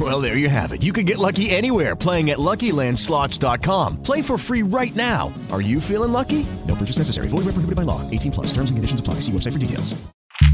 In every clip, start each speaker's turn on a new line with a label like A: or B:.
A: Well, there you have it. You can get lucky anywhere playing at LuckyLandSlots.com. Play for free right now. Are you feeling lucky? No purchase necessary. Void where prohibited by law. 18 plus. Terms and conditions apply. See website for details.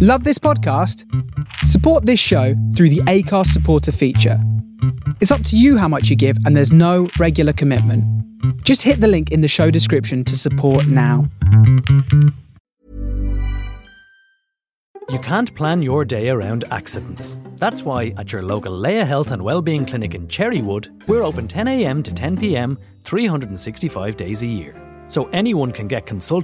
B: Love this podcast? Support this show through the Acast supporter feature. It's up to you how much you give and there's no regular commitment. Just hit the link in the show description to support now.
C: You can't plan your day around accidents. That's why at your local Leia Health and Wellbeing clinic in Cherrywood, we're open 10am to 10pm 365 days a year. So anyone can get consulted